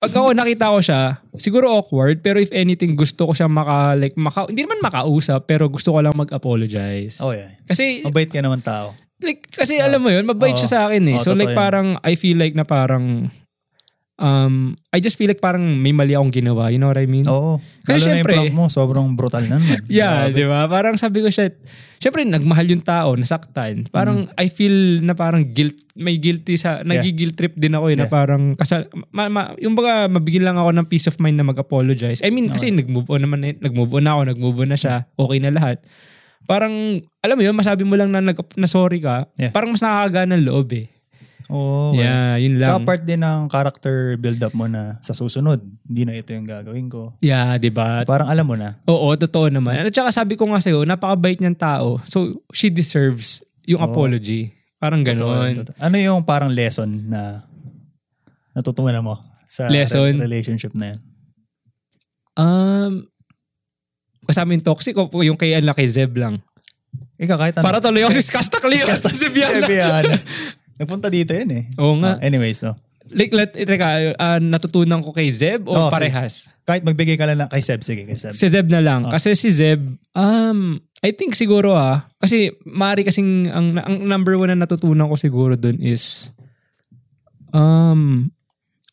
Pag ako nakita ko siya, siguro awkward, pero if anything, gusto ko siya maka, like, maka, hindi naman makausap, pero gusto ko lang mag-apologize. Oh, yeah. Kasi, Mabait ka naman tao. like, kasi alam mo yun, mabait Oo. siya sa akin eh. Oo, so totoo like yun. parang, I feel like na parang, um, I just feel like parang may mali akong ginawa. You know what I mean? Oo. Kasi Lalo na yung syempre- prank mo, sobrang brutal na naman. Yeah, Grabe. di ba? Parang sabi ko siya, syempre nagmahal yung tao, nasaktan. Parang Mm. I feel na parang guilt, may guilty sa, nagigil trip din ako eh, na Yeah. parang, kasal, ma, ma- yung baga mabigil lang ako ng peace of mind na mag-apologize. I mean, kasi nag-move on naman, eh. nag-move on na ako, nag-move on na siya, okay na lahat. Parang, alam mo yun, masabi mo lang na, nag, na sorry ka, Yeah. parang mas nakakagaan ng loob eh. Oo. Yeah, yun Saka lang. part din ng character build-up mo na sa susunod, hindi na ito yung gagawin ko. Yeah, di ba? Parang alam mo na. Oo, totoo naman. At saka sabi ko nga sa'yo, napakabait niyang tao. So, she deserves yung apology. Parang ganon. Totoo. Ano yung parang lesson na natutunan mo sa Lesson? re- relationship na yan? Um, kasama yung toxic o yung kay, ano, kay Zeb lang. Ikaw kahit ano. Para tuloy ako si Skastak Leo sa Kasi Zebiana. Biana. Nagpunta dito yun eh. Oo nga. Ah, anyways, so, Like, let, eh, teka, ah, natutunan ko kay Zeb o Oo, sige. parehas? kahit magbigay ka lang na kay Seb, sige kay Seb. Si Zeb na lang. Kasi si Zeb, um, I think siguro ah, kasi maaari kasing ang, ang number one na natutunan ko siguro dun is, um,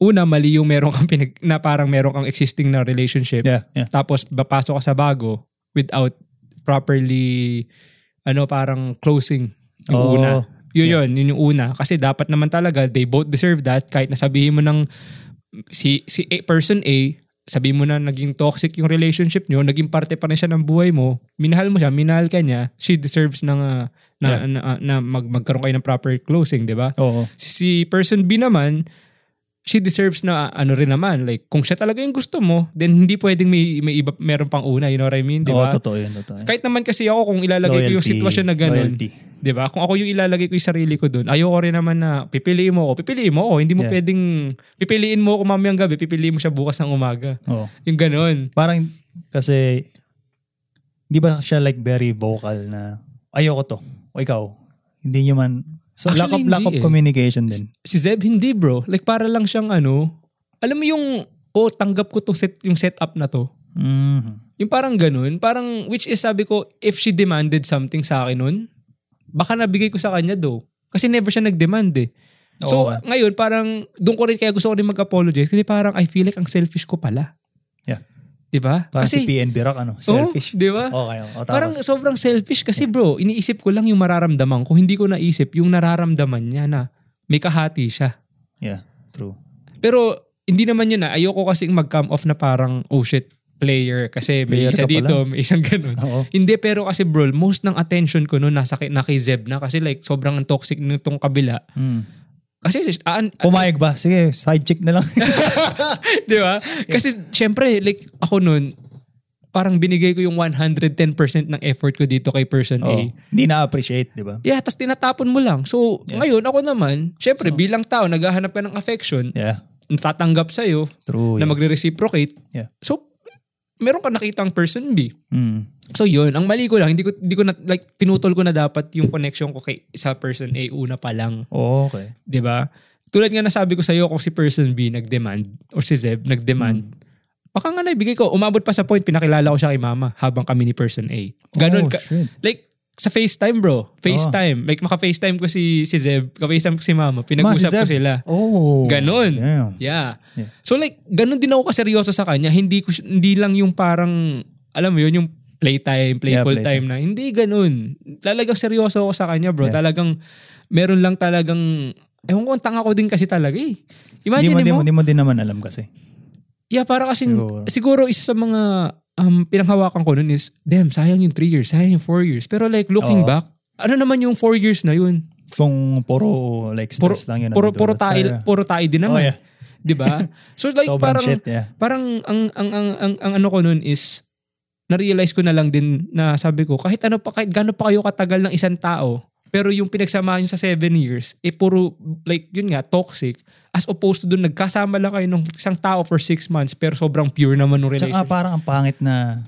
una, mali yung meron kang pinag, na parang meron kang existing na relationship. Yeah, yeah. Tapos papasok ka sa bago without properly ano parang closing yung Oo. una. Yun yun, yun yung una. Kasi dapat naman talaga they both deserve that kahit nasabihin mo ng si, si A- person A, sabihin mo na naging toxic yung relationship nyo, naging parte pa rin siya ng buhay mo, minahal mo siya, minahal ka niya, she deserves ng, ah, na, Yeah. na, na mag, magkaroon kayo ng proper closing, di ba? Oo. si person B naman, she deserves na ano rin naman. Like, kung siya talaga yung gusto mo, then hindi pwedeng may, may iba, meron pang una. You know what I mean? Di Oo, ba? totoo yun, totoo yun. Kahit naman kasi ako kung ilalagay ko yung Loyalty, sitwasyon na ganun. loyalty. Di ba? Kung ako yung ilalagay ko yung sarili ko doon, ayoko rin naman na pipiliin mo ako. Pipiliin mo ako. Hindi mo Yeah. pwedeng pipiliin mo ako mamayang gabi, pipiliin mo siya bukas ng umaga. Oo. Yung ganun. Parang kasi di ba siya like very vocal na ayoko to o ikaw hindi niyo man so lack of Actually, lack of hindi eh. communication din Si Zeb hindi bro. Like para lang siyang ano, alam mo yung oh tanggap ko to set yung setup na to. Mhm. Yung parang ganun, parang which is sabi ko, if she demanded something sa akin nun, baka nabigay ko sa kanya do. Kasi never siya nag-demand eh. So Oo nga. ngayon parang doon ko rin kaya gusto ko rin mag-apologize kasi parang I feel like ang selfish ko pala. yeah 'Di ba? parang Kasi si PNB Rock ano Oo, selfish 'di ba? okay oh, o, tapos. Parang sobrang selfish kasi bro, iniisip ko lang yung mararamdaman ko. Hindi ko naisip yung nararamdaman niya na may kahati siya. yeah true Pero hindi naman yun na ayoko kasing mag-come off na parang oh shit player kasi may Player isa ka pala. dito, may isang ganun. Oo. Hindi pero kasi bro, most ng attention ko noon nasa kay, na kay Zeb na kasi like sobrang toxic nitong kabila. mm. Kasi ah, aan, pumayag ba sige side chick na lang 'di ba? Kasi syempre like ako noon parang binigay ko yung 110% ng effort ko dito kay person A. Oo. hindi na appreciate di ba Yeah, tapos tinatapon mo lang. So, ngayon ako naman, syempre bilang tao naghahanap ka ng affection, yeah tatanggap sa na true Oh, yeah. magre-reciprocate. Yeah. So, meron ka nakitang person B. Mm. So yun, ang mali ko lang, hindi ko, hindi ko na, like, pinutol ko na dapat yung connection ko kay, sa person A una pa lang. Oo, okay 'di ba? Tulad nga nasabi ko sa'yo, kung si person B nag-demand, or si Zeb nag-demand, Hmm. baka nga naibigay ko, umabot pa sa point, pinakilala ko siya kay mama habang kami ni person A. Ganon. Oh, ka- shit. Oh. like, sa FaceTime bro, FaceTime. Like, maka-FaceTime ko si, si Zeb, ka-FaceTime ko si mama, pinag-usap ko sila. oh Ganon. damn. Yeah. Yeah. So like, ganun din ako kaseryoso sa kanya. Hindi ko, si- hindi lang yung parang, alam mo yun, yung playtime, playful time playtime. na. Hindi ganun. Talagang seryoso ako sa kanya bro. Yeah. Talagang, meron lang talagang, ewan ko, ang tanga ko din kasi talaga eh. Hindi Imagine mo, di mo, mo, di mo din naman alam kasi. yeah, para kasi Siguro. siguro isa sa mga um, pinanghawakan ko nun is, damn, sayang yung 3 years, sayang yung 4 years. Pero like, looking Oo. back, ano naman yung 4 years na yun? Kung puro like Puro, stress lang yun. puro, nandudulot puro, sa- tayo, puro tayo din naman. Oh, yeah. 'Di ba? So like, Sobrang parang, shit, yeah. parang ang ang ang ang, ang ano ko noon is na-realize ko na lang din na sabi ko kahit ano pa kahit gaano pa kayo katagal ng isang tao pero yung pinagsamahan nyo sa 7 years eh puro like yun nga toxic as opposed to doon nagkasama lang kayo ng isang tao for 6 months pero sobrang pure naman ng Tsaka relationship. parang ang pangit na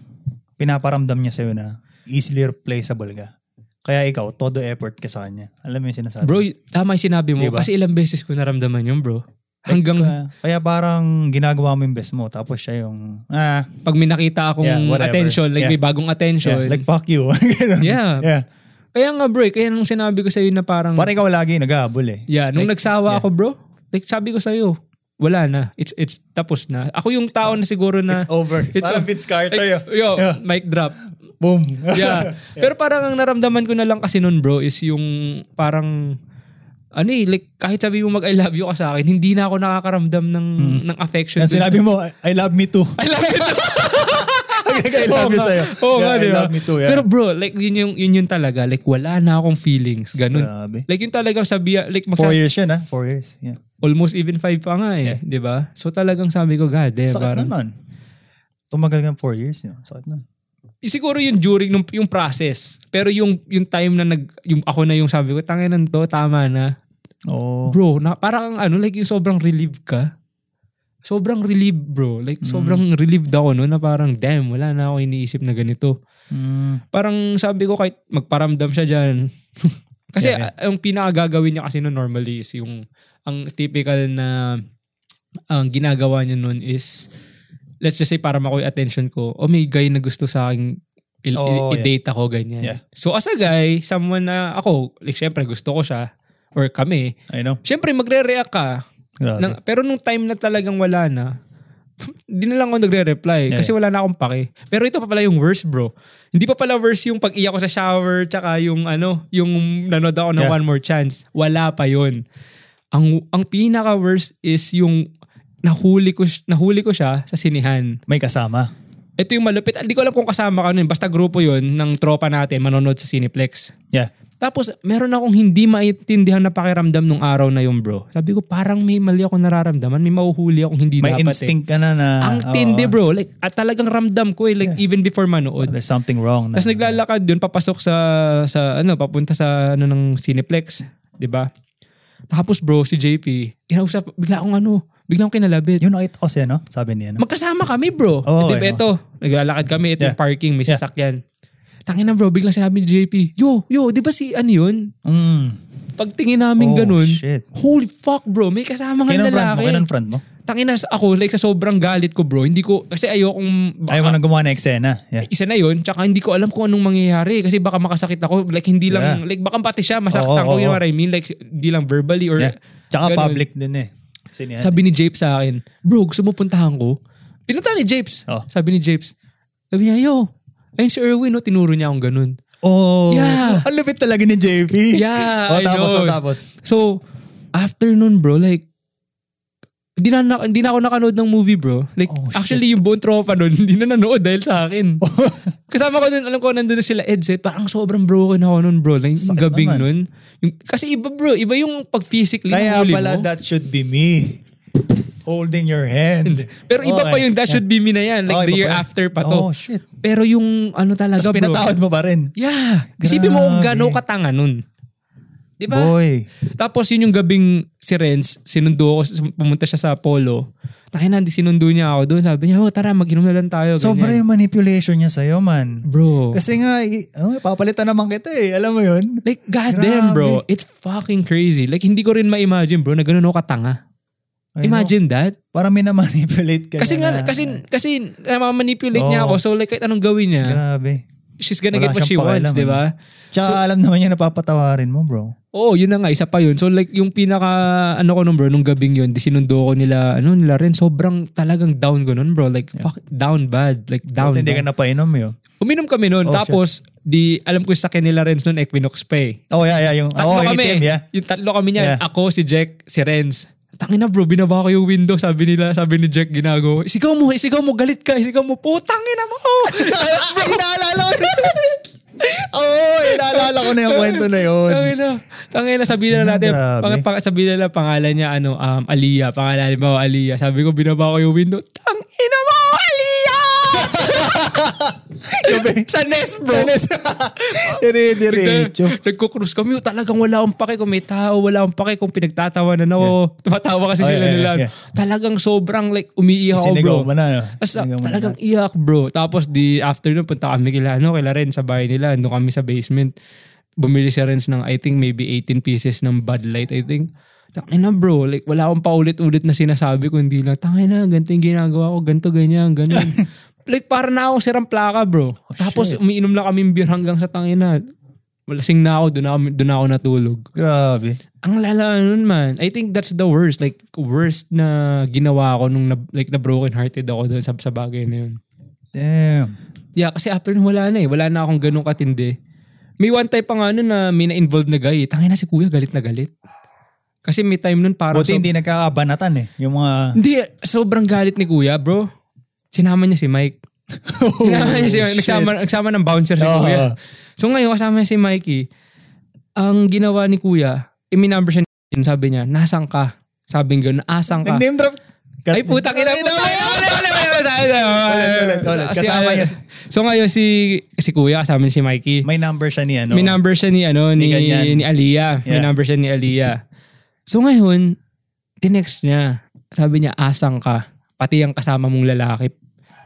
pinaparamdam niya sa'yo na easily replaceable ka. Kaya ikaw, todo effort ka sa kanya. Alam mo yung sinasabi. Bro, y- tama yung sinabi mo Diba? uh, kasi ilang beses ko naramdaman yun bro. Hanggang Kaya, kaya parang ginagawa mo yung best mo tapos siya yung ah pag may nakita akong Yeah, whatever. attention, like Yeah. may bagong yeah, attention. Yeah. like fuck you. Ganun. Kaya nga bro, eh, kaya nung sinabi ko sa'yo na parang, Parang ikaw lagi nag-aabol eh. Hmm. yeah, nung like, nagsawa yeah. ako bro, like sabi ko sa'yo, wala na. It's it's tapos na. Ako yung tao na siguro na It's over. It's o- parang Vince Carter Like, yun. yo, Yeah. mic drop. Boom. Yeah. Pero parang ang naramdaman ko na lang kasi nun bro is yung parang ano eh, like kahit sabi mo mag I love you ka sa akin, hindi na ako nakakaramdam ng ng affection. Hmm. Yan dun sinabi mo, I I love me too. sa- I love you too. I love you nga. sa'yo. Oo Yeah, nga, I diba? love me too. Yeah. Pero bro, like yun yung, yun yung talaga. Like wala na akong feelings. Ganun. Grabe. Like yun talagang sabi, like Four magsa- years yun ah. Four years. Yeah. almost even five pa nga eh. Yeah. di ba? So talagang sabi ko, God, eh, Sakit parang, naman. Tumagal ng four years. Yun. Sakit na. siguro yung during nung yung process pero yung yung time na nag yung ako na yung sabi ko tangin to tama na Oo. bro na parang ang ano like yung sobrang relieved ka sobrang relieved bro like sobrang relieved ako no na parang damn wala na ako iniisip na ganito Mm. parang sabi ko kahit magparamdam siya diyan kasi Yeah, ah, yung pinakagagawin niya kasi no normally is yung ang typical na ang ginagawa niya noon is let's just say para makuha yung attention ko o may guy na gusto sa akin i- i- Oh, yeah. i-date ako ganyan. Yeah. So as a guy, someone na ako, like syempre gusto ko siya or kami, I know. syempre magre-react ka. Grabe. Nang- pero nung time na talagang wala na, di na lang ako nagre-reply Yeah, kasi wala na akong pake. Pero ito pa pala yung worst bro. Hindi pa pala worst yung pag-iyak ko sa shower tsaka yung ano, yung nanood ako ng Yeah. One More Chance. Wala pa yon Ang, ang pinaka-worst is yung nahuli ko, si- nahuli ko siya sa sinihan. May kasama. Ito yung malupit. Hindi ko alam kung kasama ka nun. Basta grupo yon ng tropa natin manonood sa Cineplex. Yeah. Tapos, meron akong hindi maintindihan na pakiramdam nung araw na yun, bro. Sabi ko, parang may mali akong nararamdaman. May mahuhuli akong hindi May dapat eh. instinct ka na na. Ang oo, tindi, bro. Like, at talagang ramdam ko eh. Like, even before manood. ah, There's something wrong. Na. Tapos naglalakad yun, papasok sa, sa ano, papunta sa, ano, ng Cineplex. 'di ba? Tapos, bro, si JP, kinausap, bigla akong ano, bigla akong kinalabit. Yun nakita ko siya, no? Sabi niya, no? Magkasama kami, bro. Oo, Di ba, okay. ito, naglalakad kami, ito Yeah. yung parking, may Yeah. sasakyan. Tangina bro, biglang sinabi ni JP, yo, yo, di ba si ano yun? Mm. Pagtingin namin Oh, ganun, shit. holy fuck bro, may kasama nga na Kinonfront mo, lalaki. kinonfront mo. Tangina sa- ako, like sa sobrang galit ko bro, hindi ko, kasi ayokong, baka, Ayaw mo nang gumawa ng eksena. Yeah. isa na yun, tsaka hindi ko alam kung anong mangyayari kasi baka makasakit ako, like hindi lang, like baka pati siya, masaktan Oo, ko, you know oo. what I mean? Like, di lang verbally or, Yeah. Tsaka ganun. public din eh. Sinihan. Sabi ni Japes sa akin, bro, gusto mo puntahan ko? Pinunta ni Japes. Oh. Sabi ni Japes, sabi niya, yo, ayun si Erwin, no, tinuro niya akong ganun. Oh, Yeah. ang lupit talaga ni JP. Yeah, oh, I tapos, know. oh, tapos. So, after nun, bro, like, hindi na, na, di na ako nakanood ng movie, bro. Like, Oh, shit. actually, yung buong tropa nun, hindi na nanood dahil sa akin. Kasama ko nun, alam ko, nandun na sila Edset. Parang sobrang broken ako nun, bro. Like, yung Sakit gabing naman. nun. Yung, kasi iba, bro. Iba yung pag-physically Kaya huli pala, mo. that should be me. Holding your hand. Pero iba Okay. pa yung that should be me na yan. Oh, Like, the iba year pa yun. after pa to. Oh, shit. Pero yung ano talaga, Tapos bro. pinatawad mo pa rin. Yeah. Isipin mo kung Grabe. gano'ng katanga nun. Di ba? Boy. Tapos yun yung gabing si Renz, sinundo ako, pumunta siya sa polo. Takin na, di sinundo niya ako doon. Sabi niya, oh, tara, mag-inom na lang tayo. Sobra ganyan." yung manipulation niya sa'yo, man. Bro. Kasi nga, i- ano, papalitan naman kita eh. Alam mo yun? Like, goddamn, Grabe. bro. It's fucking crazy. Like, hindi ko rin ma-imagine, bro, na ganun ako katanga. I know. Imagine that. Parang may namanipulate ka Kasi niya nga, na- kasi, kasi namamanipulate niya ako. Oo. So, like, kahit anong gawin niya, Grabe. she's gonna Wala get what she siyang wants, pakialam, ano? di ba? Tsaka alam naman niya napapatawarin mo, bro. Oo, yun na nga, isa pa yun. So like yung pinaka, ano ko nun bro, nung gabing yun, di sinundo ko nila, ano nila rin, sobrang talagang down ko nun bro. Like fuck, down bad. Like down Hindi ka bad. napainom yun. Uminom kami nun, Oh, tapos di, alam ko sa akin nila Renz nun, Equinox pa eh. Oh, yeah, yeah. Yung, Tatlo oh, kami. eh. itim, yeah. Yung tatlo kami niyan, Yeah. ako, si Jack, si Renz. Tangina bro, binaba ko yung window, sabi nila, sabi ni Jack, ginago. Isigaw mo, isigaw mo, galit ka, isigaw mo, putangina mo. Ay, inaalala ko na. Oo, inaalala ko na yung kwento na yun. Tangina. Tangina, sabihin na natin. Grabe. Pang, pang, sabihin na lang pangalan niya, ano, um, Aliyah. Pangalan mo, Aliyah. Sabi ko, binaba ko yung window. Tangina mo, Aliyah! Gabi. Sa nest, bro. Dennis. Dire-diretso. Nag- Nagko-cruise kami. Oh, Talagang wala akong pake kung may tao. Wala akong pake kung pinagtatawanan ako. Tumatawa kasi Oh, yeah, sila yeah, nila. yeah. Talagang sobrang like umiiyak ako, bro. Sinigaw mo na. no? As, Sinigaw mo na. talagang iyak bro. Tapos di afternoon punta kami kila ano, kila Renz sa bahay nila. Doon kami sa basement. Bumili si Renz ng I think maybe 18 pieces ng Bud Light I think. Tangina bro, like wala akong paulit-ulit na sinasabi ko, hindi lang, tangina, ganito yung ginagawa ko, ganito, ganyan, ganun. like para na ako sirang plaka bro. Tapos Oh, shit. umiinom lang kami beer hanggang sa tangina. Malasing na ako, doon ako, doon ako natulog. Grabe. Ang lala nun man. I think that's the worst. Like, worst na ginawa ko nung na, like, na broken hearted ako dun sa, sa bagay na yun. Damn. Yeah, kasi after nun wala na eh. Wala na akong ganun katindi. May one time pa nga nun na may na-involve na guy. eh. Tangina si kuya, galit na galit. Kasi may time nun parang... Buti sob- hindi nagkakabanatan eh. Yung mga... Hindi, sobrang galit ni kuya, bro. Sinama niya si Mike. Sinama niya si Mike. shit. Nagsama, nagsama ng bouncer si Oo. kuya. So ngayon, kasama niya si Mikey. Ang ginawa ni kuya, iminumber siya ni sabi niya, nasang ka? Sabi nga, nasang ka? Name drop. Ay, puta kina. puta, Ay, naman. kina, wala, wala, wala, wala, wala, wala. Ulit, ulit, ulit. Kasi, Kasama ano, niya. So ngayon si si Kuya kasama niya si Mikey. May number siya ni ano. May number siya ni ano ni Ni ganyan. ni Aliyah. May Yeah. number siya ni Aliyah. So ngayon, tinext niya. Sabi niya, asang ka. Pati ang kasama mong lalaki.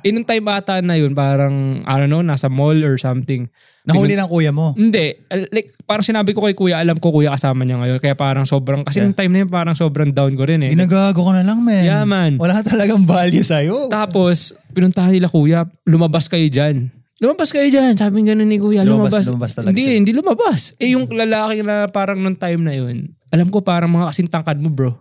Inong time ata na yun, parang, I don't know, nasa mall or something. Nahuli ng kuya mo. Hindi. Al- Like, parang sinabi ko kay kuya, alam ko kuya kasama niya ngayon. Kaya parang sobrang, kasi Yeah. nung time na yun, parang sobrang down ko rin eh. Ginagago ko na lang, man. Yeah, man. Wala ka talagang value sa'yo. Tapos, pinuntahan nila kuya, lumabas kayo dyan. Lumabas kayo dyan. Sabi nga nun ni kuya, lumabas. Lumabas, lumabas talaga Hindi, sila. hindi lumabas. Eh yung lalaki na parang nung time na yun, alam ko parang mga kasing tangkad mo bro.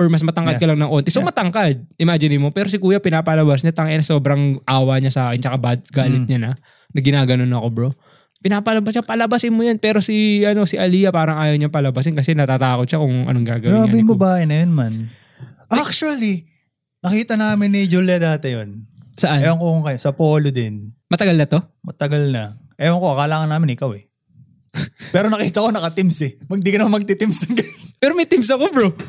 Or mas matangkad Yeah. ka lang ng onti. So matangkad, imagine mo. Pero si kuya pinapalabas niya, tangin sobrang awa niya sa akin, tsaka bad, galit Mm. niya na, na ginaganon ako bro. Pinapalabas siya, palabasin mo yan. Pero si ano si Aliyah parang ayaw niya palabasin kasi natatakot siya kung anong gagawin niya. Grabe ni yung Kuya. babae na yun, man. Actually, nakita namin ni Julia dati yun. Saan? Ewan ko kung kayo, sa polo din. Matagal na to? Matagal na. Ewan ko, akala ka namin ikaw eh. Pero nakita ko naka-teams eh. Mag, di ka naman magti-teams ng ganyan. Pero may teams ako bro.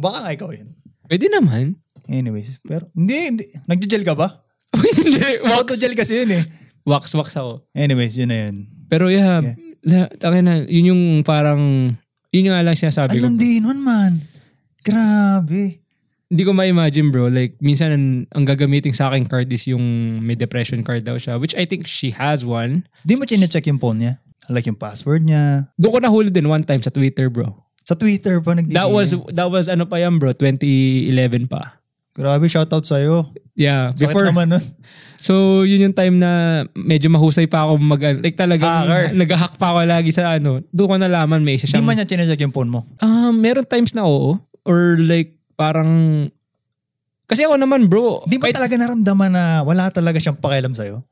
Baka nga ikaw yun. Pwede naman. Anyways, pero hindi, hindi. Nagjo-gel ka ba? Hindi. Wax. Auto-gel kasi yun eh. Wax, wax ako. Anyways, yun na yun. Pero yeah, yeah. na, yun yung parang, yun yung nga lang sinasabi ko. Alam din nun man. Grabe. Hindi ko ma-imagine bro, like minsan ang, ang gagamitin sa akin card is yung may depression card daw siya, which I think she has one. Di mo chinecheck yung phone niya? Like yung password niya. Doon ko nahuli din one time sa Twitter bro. Sa Twitter pa nagdi That was, that was ano pa yan bro, 2011 pa. Grabe, shoutout sa'yo. Yeah, Sakit before. naman nun. So, yun yung time na medyo mahusay pa ako mag, like talagang Hacker. nag-hack pa ako lagi sa ano. Doon ko nalaman may isa Di siyang man niya chinecheck yung phone mo. Ah, meron times na oo. Or like, parang... Kasi ako naman bro. Di ba kahit- talaga naramdaman na wala talaga siyang pakialam sa'yo?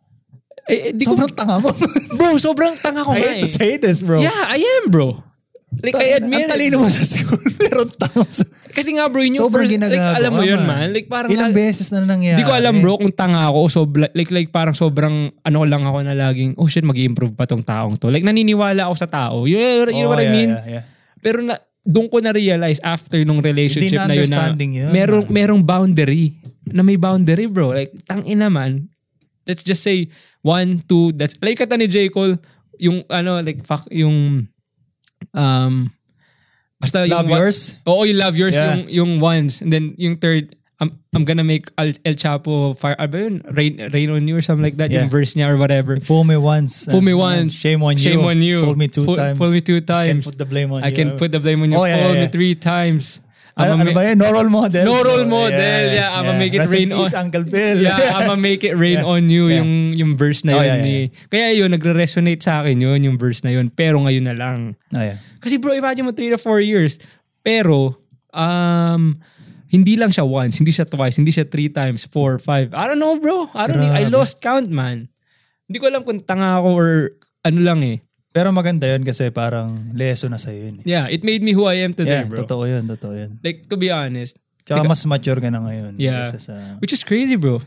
eh, eh, di ko, Sobrang tanga mo. bro, sobrang tanga ko I nga hate eh. to say this, bro. Yeah, I am bro. Like, Ta- I admit Ang talino it. mo sa school. Pero tanga mo sa... Kasi nga bro, yun yung first, Sobrang like, ginagago. alam mo ka, yun man. Like, parang, Ilang na- beses eh. na nangyari. di ko alam bro kung tanga ako o sobra, like, like parang sobrang ano lang ako na laging, oh shit, mag improve pa tong taong to. Like, naniniwala ako sa tao. You, you know Oh, what I yeah, mean? yeah, yeah. Pero na, doon ko na-realize after nung relationship Hindi na na yun na understanding yun. merong, merong boundary. Na may boundary bro. Like, tangin naman. Let's just say, one, two, that's, like kata ni J. Cole, yung ano, like, fuck, yung, um, basta yung, Love one- yours? Oo, yung love yours, Yeah. yung, yung once. And then, yung third, I'm, I'm gonna make El, El Chapo fire, ano ba yun? Rain, rain on you or something like that, Yeah. yung verse niya or whatever. Fool me once. Fool me and- once. Shame on you. Shame on you. Fool me two Fool- times. fool me two Can times. put the blame on I you. can put the blame on you. Oh, yeah, Call yeah, me yeah. three times. Ano, I'ma ano ba ma- yan? No role model. No role model, yeah. I'ma make it Rest rain in peace, on- Uncle Phil. yeah, I'ma make it rain Yeah. on you Yeah. yung yung verse na Oh, yun. yeah, ni, Kaya yun, nagre-resonate sa akin yun, yung verse na yun. Pero ngayon na lang. Oh, yeah. Kasi bro, imagine mo 3 to 4 years. Pero, um, hindi lang siya once, hindi siya twice, hindi siya three times, four, five. I don't know bro. I don't I Grabe. lost count man. Hindi ko alam kung tanga ako or ano lang eh. Pero maganda yun kasi parang lesson na sa'yo yun. eh. Yeah, it made me who I am today Yeah, bro. totoo yun, totoo yun. Like to be honest, Tsaka mas mature ka na ngayon. Yeah. kaysa sa... Which is crazy, bro.